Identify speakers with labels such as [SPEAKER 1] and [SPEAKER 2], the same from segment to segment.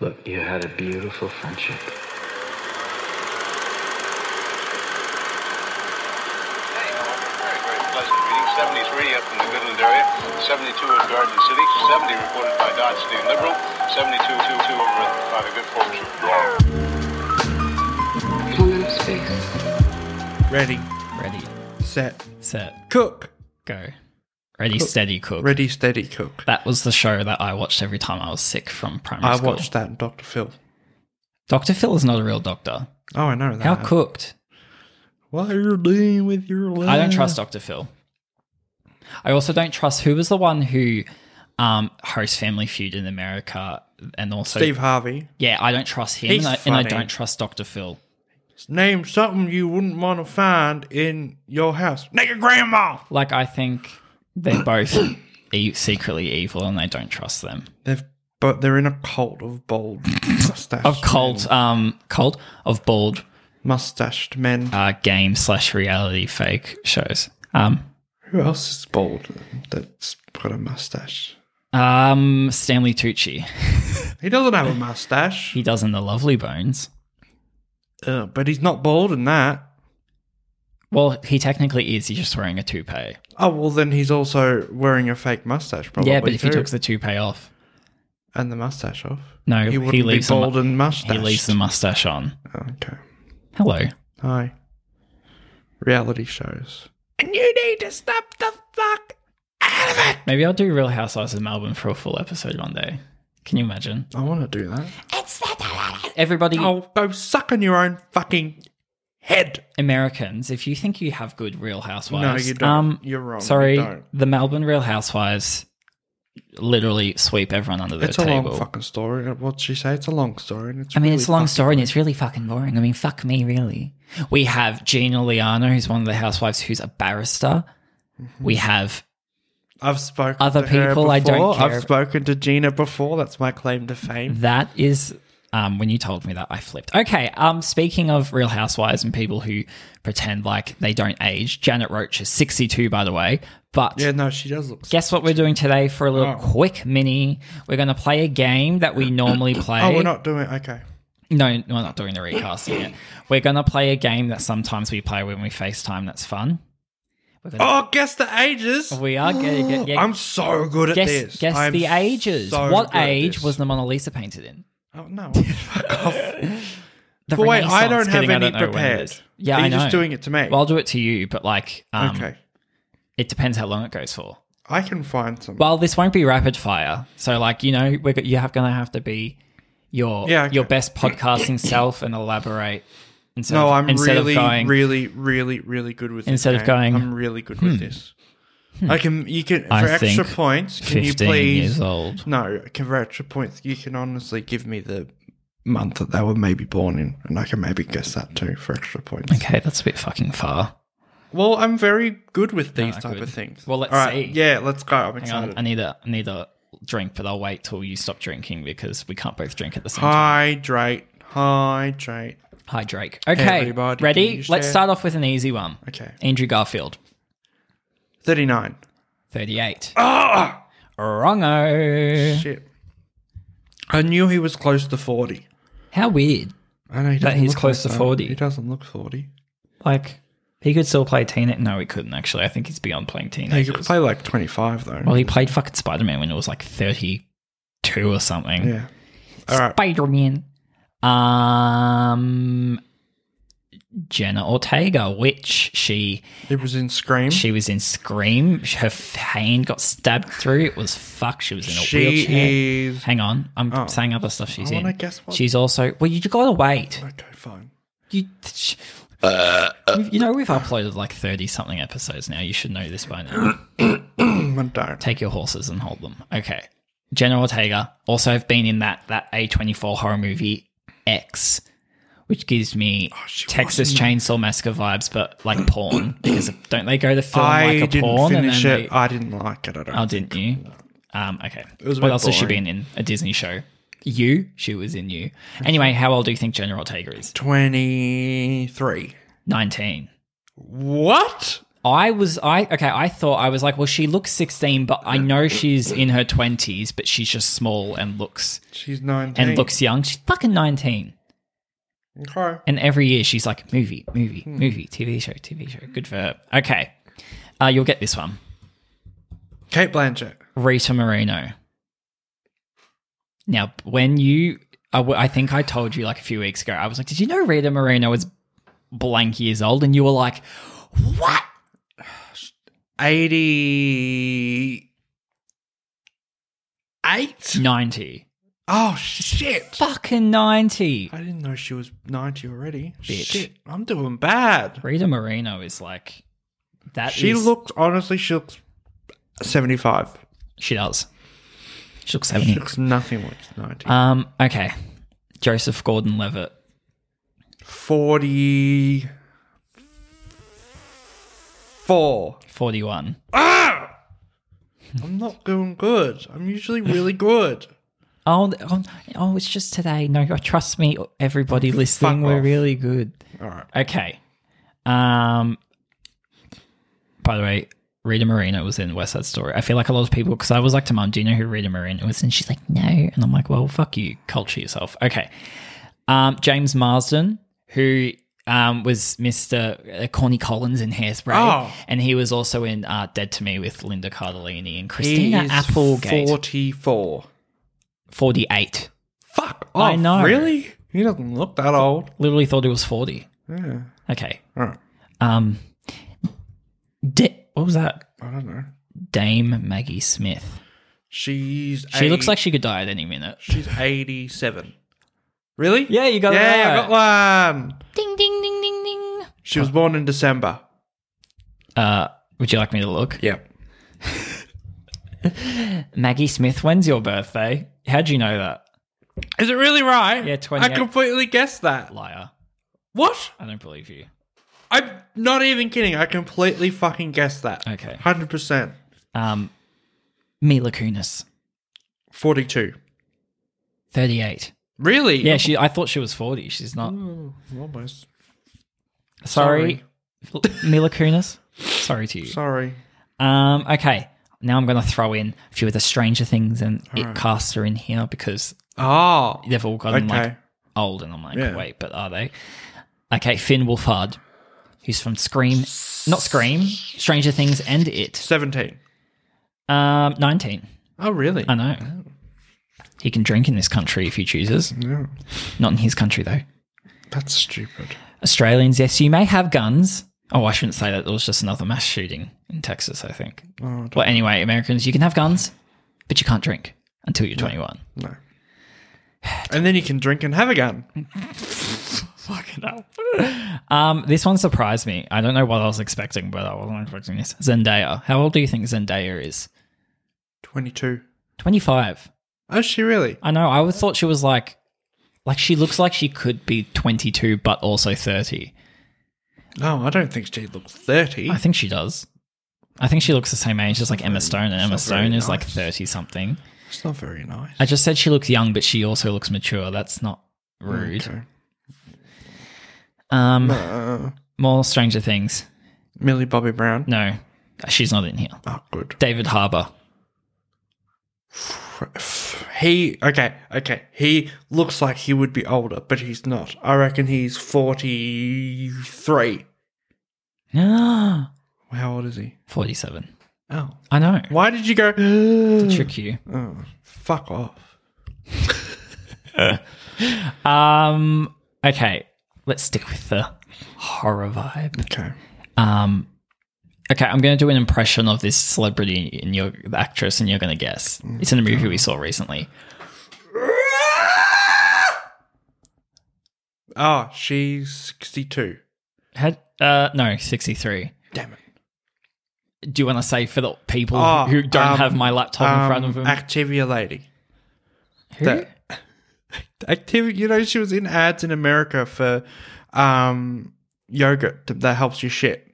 [SPEAKER 1] Look, you had a beautiful friendship.
[SPEAKER 2] Hey, very, very pleasant meeting. 73 up in the Goodland area, 72 at Garden City, 70 reported by Dodge City and Liberal, 72 two, two over at, by the good folks of Durham.
[SPEAKER 3] Quantum space.
[SPEAKER 4] Ready,
[SPEAKER 5] Ready,
[SPEAKER 4] set,
[SPEAKER 5] set,
[SPEAKER 4] cook.
[SPEAKER 5] go. Ready, steady, cook.
[SPEAKER 4] Ready, steady, cook.
[SPEAKER 5] That was the show that I watched every time I was sick from primary
[SPEAKER 4] I
[SPEAKER 5] school.
[SPEAKER 4] watched that, in Doctor Phil.
[SPEAKER 5] Dr. Phil is not a real doctor.
[SPEAKER 4] Oh, I know that.
[SPEAKER 5] How cooked?
[SPEAKER 4] What are you doing with your life?
[SPEAKER 5] I don't trust Dr. Phil. I also don't trust who was the one who um, hosts Family Feud in America and also.
[SPEAKER 4] Steve Harvey.
[SPEAKER 5] Yeah, I don't trust him
[SPEAKER 4] He's
[SPEAKER 5] and I, and I
[SPEAKER 4] funny.
[SPEAKER 5] don't trust Dr. Phil.
[SPEAKER 4] Name something you wouldn't want to find in your house. Nigga, grandma.
[SPEAKER 5] Like, I think they're both e- secretly evil and I don't trust them.
[SPEAKER 4] They've, but they're in a cult of bald mustache.
[SPEAKER 5] Of cult, um, cult of bald
[SPEAKER 4] mustached men.
[SPEAKER 5] uh, game slash reality fake shows. Um,
[SPEAKER 4] Who else is bald that's got a mustache?
[SPEAKER 5] um, Stanley Tucci.
[SPEAKER 4] He doesn't have a mustache.
[SPEAKER 5] He does in The Lovely Bones.
[SPEAKER 4] Uh, but he's not bald in that.
[SPEAKER 5] Well, he technically is. He's just wearing a toupee.
[SPEAKER 4] Oh well, then he's also wearing a fake mustache. Probably.
[SPEAKER 5] yeah, but if he
[SPEAKER 4] too.
[SPEAKER 5] took the toupee off,
[SPEAKER 4] and the mustache off,
[SPEAKER 5] no,
[SPEAKER 4] he
[SPEAKER 5] he,
[SPEAKER 4] wouldn't
[SPEAKER 5] leaves
[SPEAKER 4] be bald
[SPEAKER 5] the,
[SPEAKER 4] and mustache. Oh,
[SPEAKER 5] mu- he leaves the mustache on.
[SPEAKER 4] Okay.
[SPEAKER 5] Hello.
[SPEAKER 4] Hi. Reality shows. And you need to stop the fuck out of it.
[SPEAKER 5] Maybe I'll do Real Housewives of Melbourne for a full episode one day. Can you imagine?
[SPEAKER 4] I want to do that.
[SPEAKER 5] Everybody,
[SPEAKER 4] Oh, go suck on your own fucking head.
[SPEAKER 5] Americans, if you think you have good Real Housewives,
[SPEAKER 4] No, you don't.
[SPEAKER 5] Um,
[SPEAKER 4] You're wrong. You
[SPEAKER 5] Sorry,
[SPEAKER 4] don't.
[SPEAKER 5] the Melbourne Real Housewives literally sweep everyone under their
[SPEAKER 4] It's a
[SPEAKER 5] table.
[SPEAKER 4] long fucking story. What'd she say? It's a long story. And it's
[SPEAKER 5] I mean,
[SPEAKER 4] really
[SPEAKER 5] it's a long
[SPEAKER 4] fucking-
[SPEAKER 5] story and it's really fucking boring. I mean, fuck me, really. We have Gina Liano, who's one of the housewives who's a barrister.
[SPEAKER 4] Mm-hmm.
[SPEAKER 5] We have,
[SPEAKER 4] I've spoken
[SPEAKER 5] Other
[SPEAKER 4] to her
[SPEAKER 5] people I don't
[SPEAKER 4] before.
[SPEAKER 5] care- Mm-hmm.
[SPEAKER 4] I've spoken to Gina before. That's my claim to fame.
[SPEAKER 5] that is, um, when you told me that, I flipped. Okay, um, speaking of real housewives and people who pretend like they don't age, Janet Roach is 62, by the way, but
[SPEAKER 4] Yeah, no, she does look.
[SPEAKER 5] guess what we're doing today for a little
[SPEAKER 4] Oh.
[SPEAKER 5] quick mini? We're going to play a game that we normally play.
[SPEAKER 4] Oh, we're not doing okay.
[SPEAKER 5] No, we're not doing the recasting yet. We're going to play a game that sometimes we play when we FaceTime that's fun. We're gonna
[SPEAKER 4] Oh, guess the ages.
[SPEAKER 5] We are getting get, yeah,
[SPEAKER 4] I'm so good at
[SPEAKER 5] guess
[SPEAKER 4] this.
[SPEAKER 5] guess
[SPEAKER 4] I'm
[SPEAKER 5] the ages.
[SPEAKER 4] so
[SPEAKER 5] what
[SPEAKER 4] good at
[SPEAKER 5] age
[SPEAKER 4] this.
[SPEAKER 5] was the Mona Lisa painted in?
[SPEAKER 4] Oh, no, fuck off.
[SPEAKER 5] The
[SPEAKER 4] But wait, I
[SPEAKER 5] Renaissance
[SPEAKER 4] don't have
[SPEAKER 5] getting- I
[SPEAKER 4] any
[SPEAKER 5] know when it
[SPEAKER 4] prepared.
[SPEAKER 5] is. Yeah,
[SPEAKER 4] Are
[SPEAKER 5] I
[SPEAKER 4] you just
[SPEAKER 5] know.
[SPEAKER 4] doing it to me?
[SPEAKER 5] Well, I'll do it to you, but like, um,
[SPEAKER 4] okay.
[SPEAKER 5] it depends how long it goes for.
[SPEAKER 4] I can find some.
[SPEAKER 5] Well, this won't be rapid fire, so like you know, we're, go- you have gonna have to be your
[SPEAKER 4] Yeah, okay.
[SPEAKER 5] your best podcasting self and elaborate. Instead
[SPEAKER 4] no,
[SPEAKER 5] of,
[SPEAKER 4] I'm
[SPEAKER 5] instead
[SPEAKER 4] really,
[SPEAKER 5] of going,
[SPEAKER 4] really, really, really good with this.
[SPEAKER 5] Instead of
[SPEAKER 4] game.
[SPEAKER 5] going, hmm.
[SPEAKER 4] I'm really good with this. I can. You can for
[SPEAKER 5] I
[SPEAKER 4] extra
[SPEAKER 5] think
[SPEAKER 4] points. Can you
[SPEAKER 5] 15
[SPEAKER 4] please?
[SPEAKER 5] years old.
[SPEAKER 4] No, can- for extra points. You can honestly give me the month that they were maybe born in, and I can maybe guess that too for extra points.
[SPEAKER 5] Okay, that's a bit fucking far.
[SPEAKER 4] Well, I'm very good with these type
[SPEAKER 5] good.
[SPEAKER 4] of things.
[SPEAKER 5] Well, let's
[SPEAKER 4] All right,
[SPEAKER 5] see.
[SPEAKER 4] Yeah, let's go. I'm
[SPEAKER 5] Hang on,
[SPEAKER 4] excited.
[SPEAKER 5] I need a I need a drink, but I'll wait till you stop drinking because we can't both drink at the same time.
[SPEAKER 4] Hydrate. Hydrate.
[SPEAKER 5] Hi, Drake. Okay,
[SPEAKER 4] everybody, can
[SPEAKER 5] ready?
[SPEAKER 4] you
[SPEAKER 5] Let's
[SPEAKER 4] share?
[SPEAKER 5] start off with an easy one.
[SPEAKER 4] Okay.
[SPEAKER 5] Andrew Garfield,
[SPEAKER 4] 39.
[SPEAKER 5] 38.
[SPEAKER 4] Ah!
[SPEAKER 5] Wrongo.
[SPEAKER 4] Shit. I knew he was close to 40.
[SPEAKER 5] How weird.
[SPEAKER 4] I know he
[SPEAKER 5] That
[SPEAKER 4] doesn't
[SPEAKER 5] he's
[SPEAKER 4] look
[SPEAKER 5] close
[SPEAKER 4] like
[SPEAKER 5] to
[SPEAKER 4] that.
[SPEAKER 5] 40.
[SPEAKER 4] He doesn't look 40.
[SPEAKER 5] Like, he could still play teen. No, he couldn't, actually. I think he's beyond playing
[SPEAKER 4] He
[SPEAKER 5] teenagers.
[SPEAKER 4] could play like 25, though.
[SPEAKER 5] well, he played fucking Spider Man when it was like 32 or something.
[SPEAKER 4] yeah. All right.
[SPEAKER 5] Spider Man. Um. Jenna Ortega, which she
[SPEAKER 4] It was in Scream. She,
[SPEAKER 5] she was in Scream. Her f- hand got stabbed through. It was fuck. She was in a wheelchair.
[SPEAKER 4] is.
[SPEAKER 5] Hang on, I'm
[SPEAKER 4] Oh.
[SPEAKER 5] saying other stuff she's
[SPEAKER 4] I
[SPEAKER 5] in.
[SPEAKER 4] wanna guess what-
[SPEAKER 5] She's also well. You gotta wait.
[SPEAKER 4] Okay, fine.
[SPEAKER 5] You, sh- you know we've uploaded like thirty something episodes now. You should know this by now.
[SPEAKER 4] I don't.
[SPEAKER 5] Take your horses and hold them. Okay. Jenna Ortega also have been in that that A twenty four horror movie X, which gives
[SPEAKER 4] Oh,
[SPEAKER 5] me Texas Chainsaw Massacre vibes, but like porn because don't they go to film
[SPEAKER 4] I
[SPEAKER 5] like a
[SPEAKER 4] didn't
[SPEAKER 5] porn and
[SPEAKER 4] finish
[SPEAKER 5] then
[SPEAKER 4] it.
[SPEAKER 5] they-
[SPEAKER 4] I didn't like it. I don't.
[SPEAKER 5] Oh, didn't you? Um, okay.
[SPEAKER 4] was a
[SPEAKER 5] what
[SPEAKER 4] bit
[SPEAKER 5] else has she
[SPEAKER 4] boring.
[SPEAKER 5] been in? A Disney show. You? She was in you. Anyway, how old do you think Jenna Ortega is?
[SPEAKER 4] 23.
[SPEAKER 5] 19.
[SPEAKER 4] What?
[SPEAKER 5] I was I okay. I thought I was like, well, she looks sixteen, but I know she's in her twenties, but she's just small and looks
[SPEAKER 4] She's 19.
[SPEAKER 5] and looks young. She's fucking nineteen.
[SPEAKER 4] Okay.
[SPEAKER 5] And every year she's like, movie, movie,
[SPEAKER 4] Hmm.
[SPEAKER 5] movie, TV show, TV show. Good for her. Okay, uh, you'll get this one.
[SPEAKER 4] Kate Blanchett.
[SPEAKER 5] Rita Moreno. Now, when you, I, w- I think I told you like a few weeks ago, I was like, did you know Rita Moreno is blank years old? And you were like, what?
[SPEAKER 4] 88?
[SPEAKER 5] 90.
[SPEAKER 4] Oh, shit.
[SPEAKER 5] Fucking 90.
[SPEAKER 4] I didn't know she was 90 already.
[SPEAKER 5] Bitch.
[SPEAKER 4] Shit, I'm doing bad.
[SPEAKER 5] Rita Moreno is like, that
[SPEAKER 4] She
[SPEAKER 5] is-
[SPEAKER 4] looked, honestly, she looks 75.
[SPEAKER 5] she does. She looks
[SPEAKER 4] She
[SPEAKER 5] 70.
[SPEAKER 4] looks nothing like 90.
[SPEAKER 5] Um, okay. Joseph Gordon Levitt.
[SPEAKER 4] 44.
[SPEAKER 5] 41.
[SPEAKER 4] I'm not doing good. I'm usually really good.
[SPEAKER 5] Oh, oh, oh, it's just today. No, trust me, everybody listening, we're
[SPEAKER 4] off.
[SPEAKER 5] really good.
[SPEAKER 4] All right.
[SPEAKER 5] Okay. Um. By the way, Rita Moreno was in West Side Story. I feel like a lot of people because I was like to mum, "Do you know who Rita Moreno is?" And she's like, "No," and I'm like, "Well, fuck you, culture yourself." Okay. Um, James Marsden, who um was Mr. uh, Corny Collins in Hairspray,
[SPEAKER 4] Oh.
[SPEAKER 5] and he was also in uh, Dead to Me with Linda Cardellini and
[SPEAKER 4] He
[SPEAKER 5] Christina
[SPEAKER 4] is
[SPEAKER 5] Applegate.
[SPEAKER 4] 44.
[SPEAKER 5] Forty-eight.
[SPEAKER 4] Fuck
[SPEAKER 5] I
[SPEAKER 4] off,
[SPEAKER 5] know.
[SPEAKER 4] Really? He doesn't look that old.
[SPEAKER 5] Literally thought it was forty.
[SPEAKER 4] Yeah.
[SPEAKER 5] Okay.
[SPEAKER 4] All right.
[SPEAKER 5] Um. Da- what was that?
[SPEAKER 4] I don't know.
[SPEAKER 5] Dame Maggie Smith.
[SPEAKER 4] She's
[SPEAKER 5] She
[SPEAKER 4] eight-
[SPEAKER 5] looks like she could die at any minute.
[SPEAKER 4] she's 87. Really?
[SPEAKER 5] Yeah, you got it
[SPEAKER 4] Yeah,
[SPEAKER 5] right.
[SPEAKER 4] I got one.
[SPEAKER 5] Ding ding ding ding ding.
[SPEAKER 4] She was born in December.
[SPEAKER 5] Uh, would you like me to look?
[SPEAKER 4] Yep.
[SPEAKER 5] Maggie Smith, when's your birthday? How'd you know that?
[SPEAKER 4] Is it really right?
[SPEAKER 5] Yeah, 28.
[SPEAKER 4] I completely guessed that.
[SPEAKER 5] Liar.
[SPEAKER 4] What?
[SPEAKER 5] I don't believe you.
[SPEAKER 4] I'm not even kidding. I completely fucking guessed that.
[SPEAKER 5] Okay.
[SPEAKER 4] 100%.
[SPEAKER 5] Um, Mila Kunis,
[SPEAKER 4] 42.
[SPEAKER 5] thirty-eight.
[SPEAKER 4] Really?
[SPEAKER 5] Yeah, she. I thought she was forty. She's not.
[SPEAKER 4] Oh, almost.
[SPEAKER 5] Sorry, Mila Kunis. Sorry to you.
[SPEAKER 4] Sorry.
[SPEAKER 5] Um, okay. Now I'm going to throw in a few of the Stranger Things and It casts are in here because
[SPEAKER 4] Oh.
[SPEAKER 5] they've all gotten like
[SPEAKER 4] Okay.
[SPEAKER 5] old, and I'm like,
[SPEAKER 4] Yeah.
[SPEAKER 5] wait, but are they? Okay, Finn Wolfhard, who's from Scream, not Scream, Stranger Things, and It.
[SPEAKER 4] 17.
[SPEAKER 5] Um, nineteen.
[SPEAKER 4] Oh, really?
[SPEAKER 5] I know. He can drink in this country if he chooses.
[SPEAKER 4] Yeah.
[SPEAKER 5] Not in his country though.
[SPEAKER 4] That's stupid.
[SPEAKER 5] Australians, yes, you may have guns. Oh, I shouldn't say that. There was just another mass shooting in Texas, I think.
[SPEAKER 4] Oh,
[SPEAKER 5] Well, anyway, Americans, you can have guns, but you can't drink until you're 21.
[SPEAKER 4] no. And then you can drink and have a gun.
[SPEAKER 5] Fucking hell. Um, this one surprised me. I don't know what I was expecting, but I wasn't expecting this. Zendaya. How old do you think Zendaya is?
[SPEAKER 4] 22.
[SPEAKER 5] 25.
[SPEAKER 4] Oh, she really?
[SPEAKER 5] I know. I would thought she was like, like she looks like she could be 22, but also 30.
[SPEAKER 4] No, I don't think she looks 30.
[SPEAKER 5] I think she does. I think she looks the same age as like Emma Stone, and Emma
[SPEAKER 4] not very
[SPEAKER 5] Stone is like
[SPEAKER 4] nice.
[SPEAKER 5] 30 something.
[SPEAKER 4] It's not very nice.
[SPEAKER 5] I just said she looks young, but she also looks mature. That's not rude.
[SPEAKER 4] Okay.
[SPEAKER 5] Um,
[SPEAKER 4] Uh,
[SPEAKER 5] more Stranger Things.
[SPEAKER 4] Millie Bobby Brown.
[SPEAKER 5] No, she's not in here.
[SPEAKER 4] Oh, good.
[SPEAKER 5] David Harbour.
[SPEAKER 4] He, okay, okay. He looks like he would be older, but he's not. I reckon he's 43.
[SPEAKER 5] Ah,
[SPEAKER 4] How old is he?
[SPEAKER 5] 47.
[SPEAKER 4] Oh.
[SPEAKER 5] I know.
[SPEAKER 4] Why did you go?
[SPEAKER 5] Trick you.
[SPEAKER 4] Oh, fuck off.
[SPEAKER 5] Um, okay, let's stick with the horror vibe.
[SPEAKER 4] Okay.
[SPEAKER 5] Um, okay, I'm going to do an impression of this celebrity and your the actress, and you're going to guess. It's in a movie we saw recently.
[SPEAKER 4] Oh, she's 62.
[SPEAKER 5] Had uh no, 63.
[SPEAKER 4] Damn it.
[SPEAKER 5] Do you want to say for the people
[SPEAKER 4] Oh,
[SPEAKER 5] who don't
[SPEAKER 4] um,
[SPEAKER 5] have my laptop in front of them?
[SPEAKER 4] Um, Activia lady.
[SPEAKER 5] who?
[SPEAKER 4] that- Activia, you know, she was in ads in America for um, yogurt that helps you shit.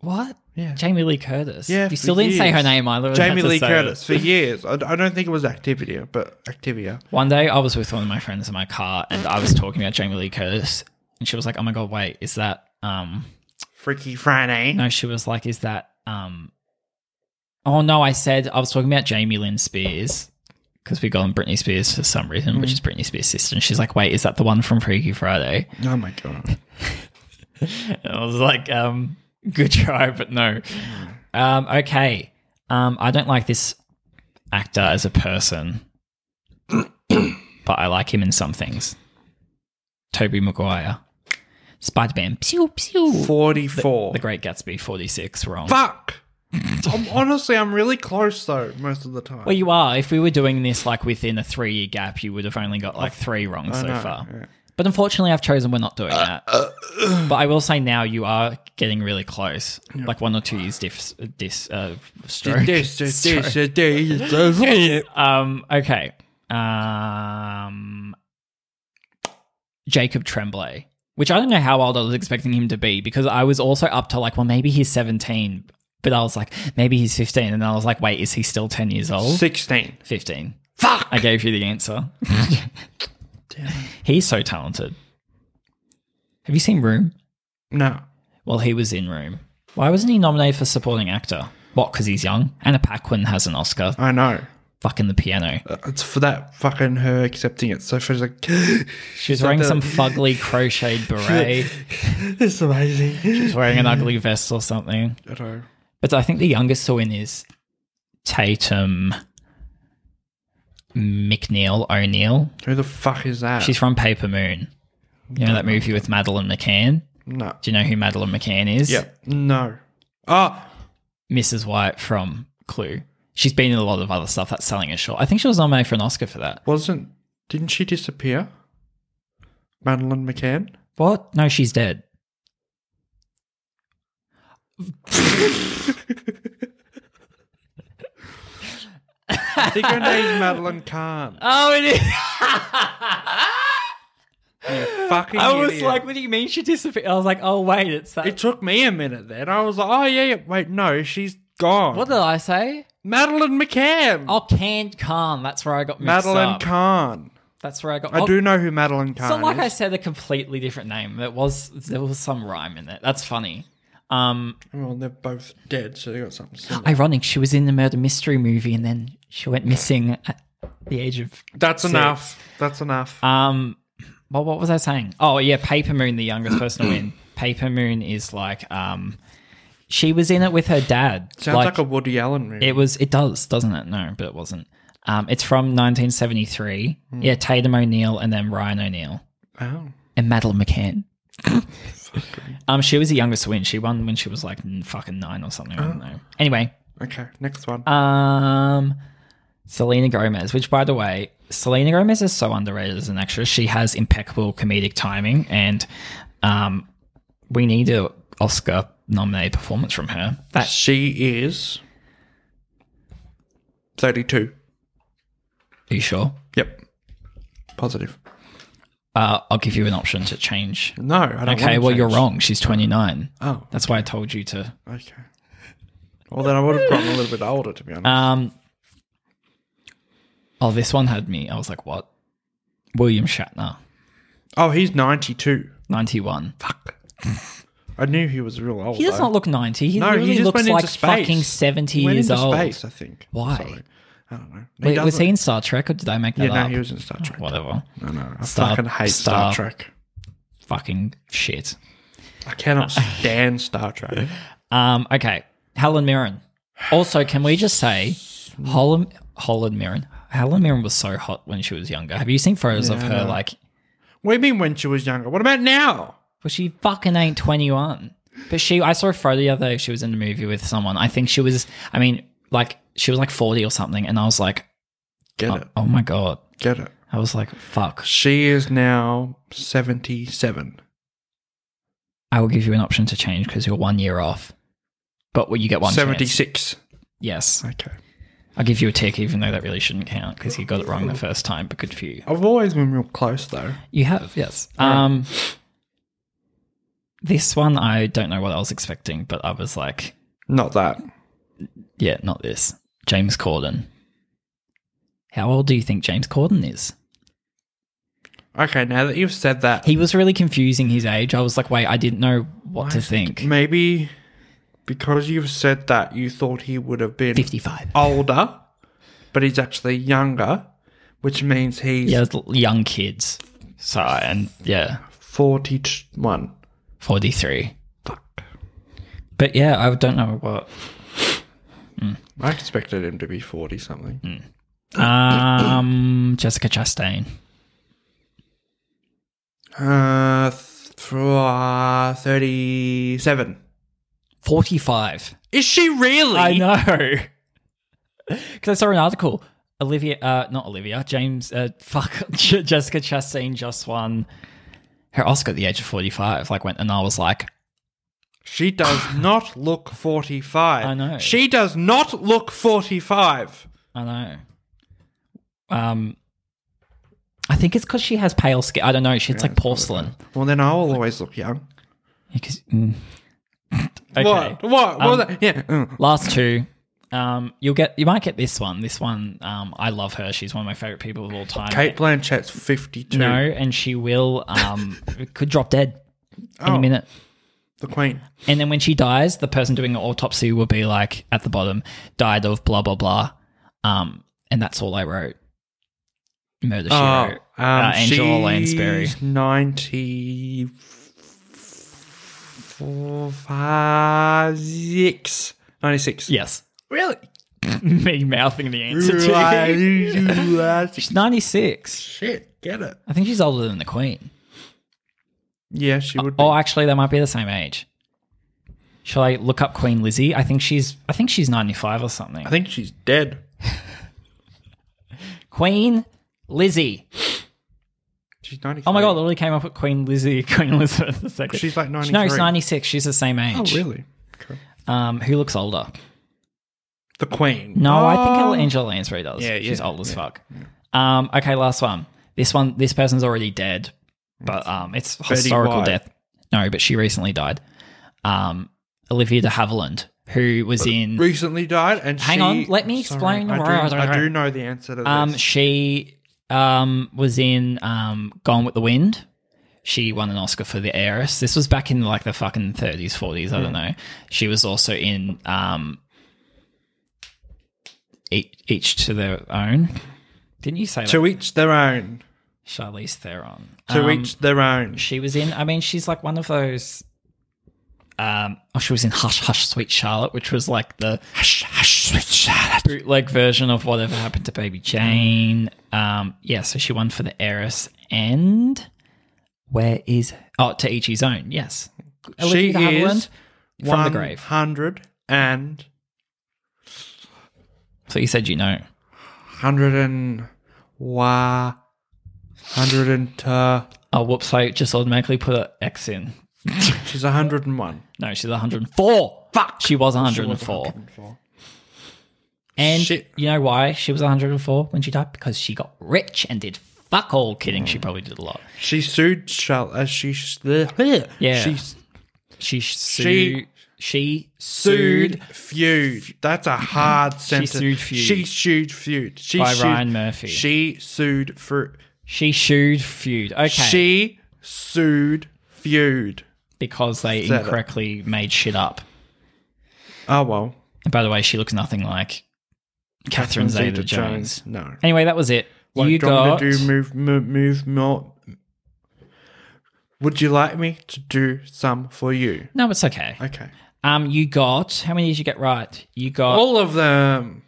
[SPEAKER 5] what?
[SPEAKER 4] Yeah.
[SPEAKER 5] Jamie Lee Curtis.
[SPEAKER 4] Yeah,
[SPEAKER 5] You
[SPEAKER 4] for
[SPEAKER 5] still didn't say her
[SPEAKER 4] years.
[SPEAKER 5] name either. I had
[SPEAKER 4] Jamie
[SPEAKER 5] to
[SPEAKER 4] Lee
[SPEAKER 5] say it.
[SPEAKER 4] Curtis for years. I, I don't think it was Activia, but Activia.
[SPEAKER 5] One day I was with one of my friends in my car and I was talking about Jamie Lee Curtis and she was like, Oh my god, wait, is that um
[SPEAKER 4] Freaky Friday.
[SPEAKER 5] No, she was like, "Is that?" um Oh no, I said I was talking about Jamie Lynn Spears because we got on Britney Spears for some reason, which is Britney Spears' sister. And she's like, "Wait, is that the one from Freaky Friday?"
[SPEAKER 4] Oh my god.
[SPEAKER 5] And I was like, um, "Good try, but no." Um, okay, um, I don't like this actor as a person, but I like him in some things. Toby Maguire, Spider Man, pew pew.
[SPEAKER 4] 44.
[SPEAKER 5] The Great Gatsby, 46, wrong.
[SPEAKER 4] Fuck! I'm, honestly, I'm really close though, most of the time.
[SPEAKER 5] Well, you are. If we were doing this like within a three year gap, you would have only got like three wrong so
[SPEAKER 4] know,
[SPEAKER 5] far.
[SPEAKER 4] yeah.
[SPEAKER 5] But unfortunately, I've chosen we're not doing that. but I will say now you are getting really close. Like one or two years diff, dis, uh, stroke.
[SPEAKER 4] This, this,
[SPEAKER 5] Stroke.
[SPEAKER 4] this, this, this.
[SPEAKER 5] Um, okay. Um, Jacob Tremblay, which I don't know how old I was expecting him to be because I was also up to like, well, maybe he's 17, but I was like, maybe he's 15. And I was like, wait, is he still 10 years old?
[SPEAKER 4] 16.
[SPEAKER 5] 15. Fuck! I gave you the answer. He's so talented. Have you seen Room?
[SPEAKER 4] No.
[SPEAKER 5] Well, he was in Room. Why wasn't he nominated for supporting actor? What, because he's young? Anna Paquin has an Oscar.
[SPEAKER 4] I know.
[SPEAKER 5] Fucking the piano.
[SPEAKER 4] It's for that fucking her accepting it. So she's like,
[SPEAKER 5] She was wearing some fugly crocheted beret.
[SPEAKER 4] it's amazing.
[SPEAKER 5] She's wearing an ugly vest or something.
[SPEAKER 4] I know.
[SPEAKER 5] But I think the youngest to win is Tatum McNeil O'Neill.
[SPEAKER 4] Who the fuck is that?
[SPEAKER 5] She's from Paper Moon. You know that movie with Madeline McCann?
[SPEAKER 4] no.
[SPEAKER 5] Do you know who Madeline McCann is?
[SPEAKER 4] Yeah. No. Ah,
[SPEAKER 5] Mrs. White from Clue. She's been in a lot of other stuff that's selling her short. I think she was nominated for an Oscar for that.
[SPEAKER 4] wasn't. Didn't she disappear? Madeline McCann?
[SPEAKER 5] What? No, she's dead.
[SPEAKER 4] I think her name's Madeline Kahn.
[SPEAKER 5] Oh, it is.
[SPEAKER 4] You fucking
[SPEAKER 5] I was
[SPEAKER 4] idiot.
[SPEAKER 5] like, what do you mean she disappeared? I was like, oh, wait, it's that.
[SPEAKER 4] It took me a minute then. I was like, oh, yeah, yeah. Wait, no, she's gone.
[SPEAKER 5] what did I say?
[SPEAKER 4] Madeline McCann.
[SPEAKER 5] Oh, Can Khan. That's where I got mixed
[SPEAKER 4] Madeline
[SPEAKER 5] up.
[SPEAKER 4] Kahn.
[SPEAKER 5] That's where I got.
[SPEAKER 4] I
[SPEAKER 5] oh,
[SPEAKER 4] do know who Madeline Kahn
[SPEAKER 5] It's not like I
[SPEAKER 4] is.
[SPEAKER 5] said a completely different name. It was there was some rhyme in it. That's funny. Um,
[SPEAKER 4] well, they're both dead, so they got something similar.
[SPEAKER 5] ironic. She was in the murder mystery movie, and then she went missing at the age of.
[SPEAKER 4] That's
[SPEAKER 5] Six.
[SPEAKER 4] enough. That's enough.
[SPEAKER 5] Um, well, what was I saying? Oh yeah, Paper Moon, the youngest person to win. Paper Moon is like um, she was in it with her dad.
[SPEAKER 4] Sounds like, a Woody Allen movie.
[SPEAKER 5] It was. It does, doesn't it? No, but it wasn't. Um, it's from 1973.
[SPEAKER 4] Hmm.
[SPEAKER 5] Yeah, Tatum O'Neill and then Ryan O'Neill
[SPEAKER 4] oh.
[SPEAKER 5] and Madeline McCann. um, she was the youngest to win. She won when she was like n- fucking nine or something. I don't
[SPEAKER 4] Oh.
[SPEAKER 5] know. Anyway,
[SPEAKER 4] Okay, next one.
[SPEAKER 5] um, Selena Gomez, which by the way, Selena Gomez is so underrated as an actress. She has impeccable comedic timing, and um, we need a Oscar nominated performance from her. That
[SPEAKER 4] she is 32.
[SPEAKER 5] are you sure?
[SPEAKER 4] Yep. Positive.
[SPEAKER 5] Uh, I'll give you an option to change
[SPEAKER 4] No, I don't
[SPEAKER 5] Okay,
[SPEAKER 4] wanna
[SPEAKER 5] well, you're
[SPEAKER 4] change.
[SPEAKER 5] wrong. She's 29.
[SPEAKER 4] Oh,
[SPEAKER 5] That's why I told you to.
[SPEAKER 4] okay. Well, then I would have gotten a little bit older, to be honest.
[SPEAKER 5] Um, oh, this one had me. I was like, what? William Shatner,
[SPEAKER 4] oh, he's 92.
[SPEAKER 5] 91. Fuck.
[SPEAKER 4] I knew he was real old.
[SPEAKER 5] He does
[SPEAKER 4] though.
[SPEAKER 5] not look 90. He
[SPEAKER 4] No, he
[SPEAKER 5] literally
[SPEAKER 4] just
[SPEAKER 5] looks
[SPEAKER 4] went into
[SPEAKER 5] like
[SPEAKER 4] space.
[SPEAKER 5] fucking 70
[SPEAKER 4] He went
[SPEAKER 5] years
[SPEAKER 4] into
[SPEAKER 5] old.
[SPEAKER 4] space, I think.
[SPEAKER 5] Why?
[SPEAKER 4] Sorry. I don't know. He
[SPEAKER 5] Wait, was
[SPEAKER 4] doesn't-
[SPEAKER 5] he in Star Trek or did I make that
[SPEAKER 4] Yeah, no,
[SPEAKER 5] up?
[SPEAKER 4] he was in Star Trek.
[SPEAKER 5] Whatever.
[SPEAKER 4] No, no. I
[SPEAKER 5] Star-
[SPEAKER 4] fucking hate Star,
[SPEAKER 5] Star-
[SPEAKER 4] Trek.
[SPEAKER 5] Fucking shit.
[SPEAKER 4] I cannot stand Star Trek.
[SPEAKER 5] Um, okay. Helen Mirren. Also, can we just say Helen, Helen Mirren? Helen Mirren was so hot when she was younger. Have you seen photos of her? Like,
[SPEAKER 4] What do you mean when she was younger? What about now?
[SPEAKER 5] Well, she fucking ain't 21. But she, I saw a photo the other day. She was in a movie with someone. I think she was, I mean, like, she was like 40 or something. And I was like,
[SPEAKER 4] Get
[SPEAKER 5] oh,
[SPEAKER 4] it.
[SPEAKER 5] oh my God.
[SPEAKER 4] Get it.
[SPEAKER 5] I was like, fuck.
[SPEAKER 4] She is now 77.
[SPEAKER 5] I will give you an option to change because you're one year off. But well, you get one chance.
[SPEAKER 4] 76.
[SPEAKER 5] Yes.
[SPEAKER 4] Okay.
[SPEAKER 5] I'll give you a tick, even though that really shouldn't count because you got it wrong the first time. But good for you.
[SPEAKER 4] I've always been real close, though.
[SPEAKER 5] You have, yes. Um, this one, I don't know what I was expecting, but I was like,
[SPEAKER 4] Not that.
[SPEAKER 5] Yeah, not this. James Corden. How old do you think James Corden is?
[SPEAKER 4] Okay, now that you've said that,
[SPEAKER 5] He was really confusing his age. I was like, wait, I didn't know what to think.
[SPEAKER 4] Maybe because you've said that, you thought he would have been
[SPEAKER 5] 55.
[SPEAKER 4] older, but he's actually younger, which means he's
[SPEAKER 5] Yeah, it's l- young kids. So, and yeah,
[SPEAKER 4] 41.
[SPEAKER 5] 43.
[SPEAKER 4] Fuck.
[SPEAKER 5] But yeah, I don't know what.
[SPEAKER 4] I expected him to be 40 something.
[SPEAKER 5] Um, Jessica Chastain.
[SPEAKER 4] Uh, th- uh, 37.
[SPEAKER 5] 45.
[SPEAKER 4] Is she really?
[SPEAKER 5] I know. Because I saw an article. Olivia, uh, not Olivia, James, uh, fuck, Je- Jessica Chastain just won her Oscar at the age of 45. Like, went, and I was like,
[SPEAKER 4] She does not look 45.
[SPEAKER 5] I know.
[SPEAKER 4] She does not look 45.
[SPEAKER 5] I know. Um, I think it's because she has pale skin. I don't know. She's like porcelain.
[SPEAKER 4] Well, then I'll always look young.
[SPEAKER 5] Because, mm. okay.
[SPEAKER 4] What? What? what was that? Yeah. mm.
[SPEAKER 5] Last two. Um, you'll get. You might get this one. This one. Um, I love her. She's one of my favorite people of all time.
[SPEAKER 4] Kate Blanchett's 52.
[SPEAKER 5] No, and she will. Um, could drop dead any
[SPEAKER 4] Oh.
[SPEAKER 5] minute.
[SPEAKER 4] The Queen.
[SPEAKER 5] And then when she dies, the person doing an autopsy will be like at the bottom, died of blah blah blah. Um, and that's all I wrote. Murder she wrote.
[SPEAKER 4] um,
[SPEAKER 5] uh, Angela Lansbury.
[SPEAKER 4] she's 94, five, six. 96.
[SPEAKER 5] Yes.
[SPEAKER 4] Really?
[SPEAKER 5] Me mouthing the answer to you.
[SPEAKER 4] Shit,
[SPEAKER 5] She's ninety six.
[SPEAKER 4] get it.
[SPEAKER 5] I think she's older than the Queen.
[SPEAKER 4] Yeah, she would be.
[SPEAKER 5] Oh, actually, they might be the same age. Shall I look up Queen Lizzie? I think she's I think she's ninety five or something.
[SPEAKER 4] I think she's dead.
[SPEAKER 5] Queen Lizzie.
[SPEAKER 4] She's 93.
[SPEAKER 5] Oh my god, it literally came up with Queen Lizzie, Queen Elizabeth II.
[SPEAKER 4] She's like
[SPEAKER 5] No, it's
[SPEAKER 4] 93.
[SPEAKER 5] ninety six. She's the same age.
[SPEAKER 4] Oh, really? Okay.
[SPEAKER 5] Um, who looks older?
[SPEAKER 4] The Queen.
[SPEAKER 5] No, I
[SPEAKER 4] Um,
[SPEAKER 5] think Angela Lansbury does.
[SPEAKER 4] yeah,
[SPEAKER 5] she's
[SPEAKER 4] yeah,
[SPEAKER 5] old as fuck. Um, okay, last one. This one, this person's already dead, but um, it's historical
[SPEAKER 4] White.
[SPEAKER 5] death. No, but she recently died. Um, Olivia de Havilland, who was in
[SPEAKER 4] recently died, and
[SPEAKER 5] Hang
[SPEAKER 4] she-
[SPEAKER 5] on, let me
[SPEAKER 4] Sorry,
[SPEAKER 5] explain
[SPEAKER 4] I do,
[SPEAKER 5] why-
[SPEAKER 4] I do know the answer to this.
[SPEAKER 5] Um, she um was in um Gone with the Wind. She won an Oscar for The Heiress. This was back in like the fucking thirties, forties. I don't know. She was also in um. Each, each to their own. Didn't you say
[SPEAKER 4] to
[SPEAKER 5] that?
[SPEAKER 4] each their own.
[SPEAKER 5] Charlize Theron.
[SPEAKER 4] To
[SPEAKER 5] Um,
[SPEAKER 4] each their own.
[SPEAKER 5] She was in. I mean, she's like one of those. Um, oh, she was in Hush Hush Sweet Charlotte, which was like the Hush Hush Sweet Charlotte bootleg version of whatever happened to Baby Jane. Um, yeah, so she won for the heiress. And where is oh to each his own? Yes,
[SPEAKER 4] She
[SPEAKER 5] Olivia de Havilland
[SPEAKER 4] is
[SPEAKER 5] from the
[SPEAKER 4] One
[SPEAKER 5] grave.
[SPEAKER 4] hundred and
[SPEAKER 5] So you said you know.
[SPEAKER 4] hundred and wa hundred and uh,
[SPEAKER 5] Oh, whoops! I just automatically put an X in.
[SPEAKER 4] she's hundred and one.
[SPEAKER 5] No, she's 104. Fuck, she was 104. And
[SPEAKER 4] Shit.
[SPEAKER 5] you know why she was 104 when she died? Because she got rich and did fuck all. Kidding,
[SPEAKER 4] Mm.
[SPEAKER 5] she probably did a lot.
[SPEAKER 4] She sued Shall uh, she s- bleh.
[SPEAKER 5] Yeah.
[SPEAKER 4] she
[SPEAKER 5] She sued. She,
[SPEAKER 4] sued
[SPEAKER 5] sued
[SPEAKER 4] feud. That's a hard sentence.
[SPEAKER 5] sued Feud.
[SPEAKER 4] She sued feud. She
[SPEAKER 5] By
[SPEAKER 4] sued-
[SPEAKER 5] Ryan Murphy.
[SPEAKER 4] She sued for
[SPEAKER 5] she sued feud. Okay,
[SPEAKER 4] she sued feud.
[SPEAKER 5] because they
[SPEAKER 4] Said it.
[SPEAKER 5] incorrectly made shit up.
[SPEAKER 4] Oh well.
[SPEAKER 5] And by the way, she looks nothing like Catherine
[SPEAKER 4] Zeta
[SPEAKER 5] Zeta-Jones.
[SPEAKER 4] No.
[SPEAKER 5] Anyway, that was it.
[SPEAKER 4] What,
[SPEAKER 5] you
[SPEAKER 4] do you
[SPEAKER 5] got
[SPEAKER 4] want me to do move, move, move more. Would you like me to do some for you?
[SPEAKER 5] no, it's okay.
[SPEAKER 4] Okay.
[SPEAKER 5] Um, you got how many did you get right? You got
[SPEAKER 4] All of them.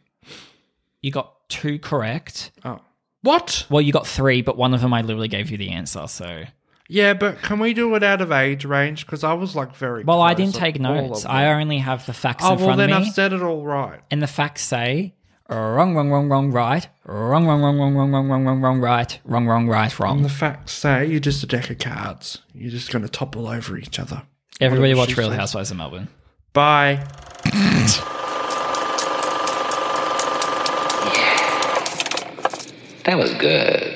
[SPEAKER 5] you got two correct.
[SPEAKER 4] Oh. What?
[SPEAKER 5] Well, you got three, but one of them I literally gave you the answer. So
[SPEAKER 4] Yeah, but can we do it out of age range? Because I was like very.
[SPEAKER 5] Well, I
[SPEAKER 4] close
[SPEAKER 5] didn't
[SPEAKER 4] on
[SPEAKER 5] take
[SPEAKER 4] all of
[SPEAKER 5] notes.
[SPEAKER 4] them.
[SPEAKER 5] I only have the facts
[SPEAKER 4] Oh
[SPEAKER 5] in
[SPEAKER 4] well,
[SPEAKER 5] front
[SPEAKER 4] then
[SPEAKER 5] of me,
[SPEAKER 4] I've said it all right.
[SPEAKER 5] and the facts say wrong, wrong, wrong, wrong, right, wrong, wrong, wrong, wrong, wrong, wrong, wrong, wrong, wrong, right, wrong, wrong, right,
[SPEAKER 4] And the
[SPEAKER 5] wrong.
[SPEAKER 4] facts say you're just a deck of cards. You're just going to topple over each other.
[SPEAKER 5] Everybody
[SPEAKER 4] whatever she
[SPEAKER 5] watch Real
[SPEAKER 4] says.
[SPEAKER 5] Housewives of Melbourne.
[SPEAKER 4] Bye.
[SPEAKER 3] That was good.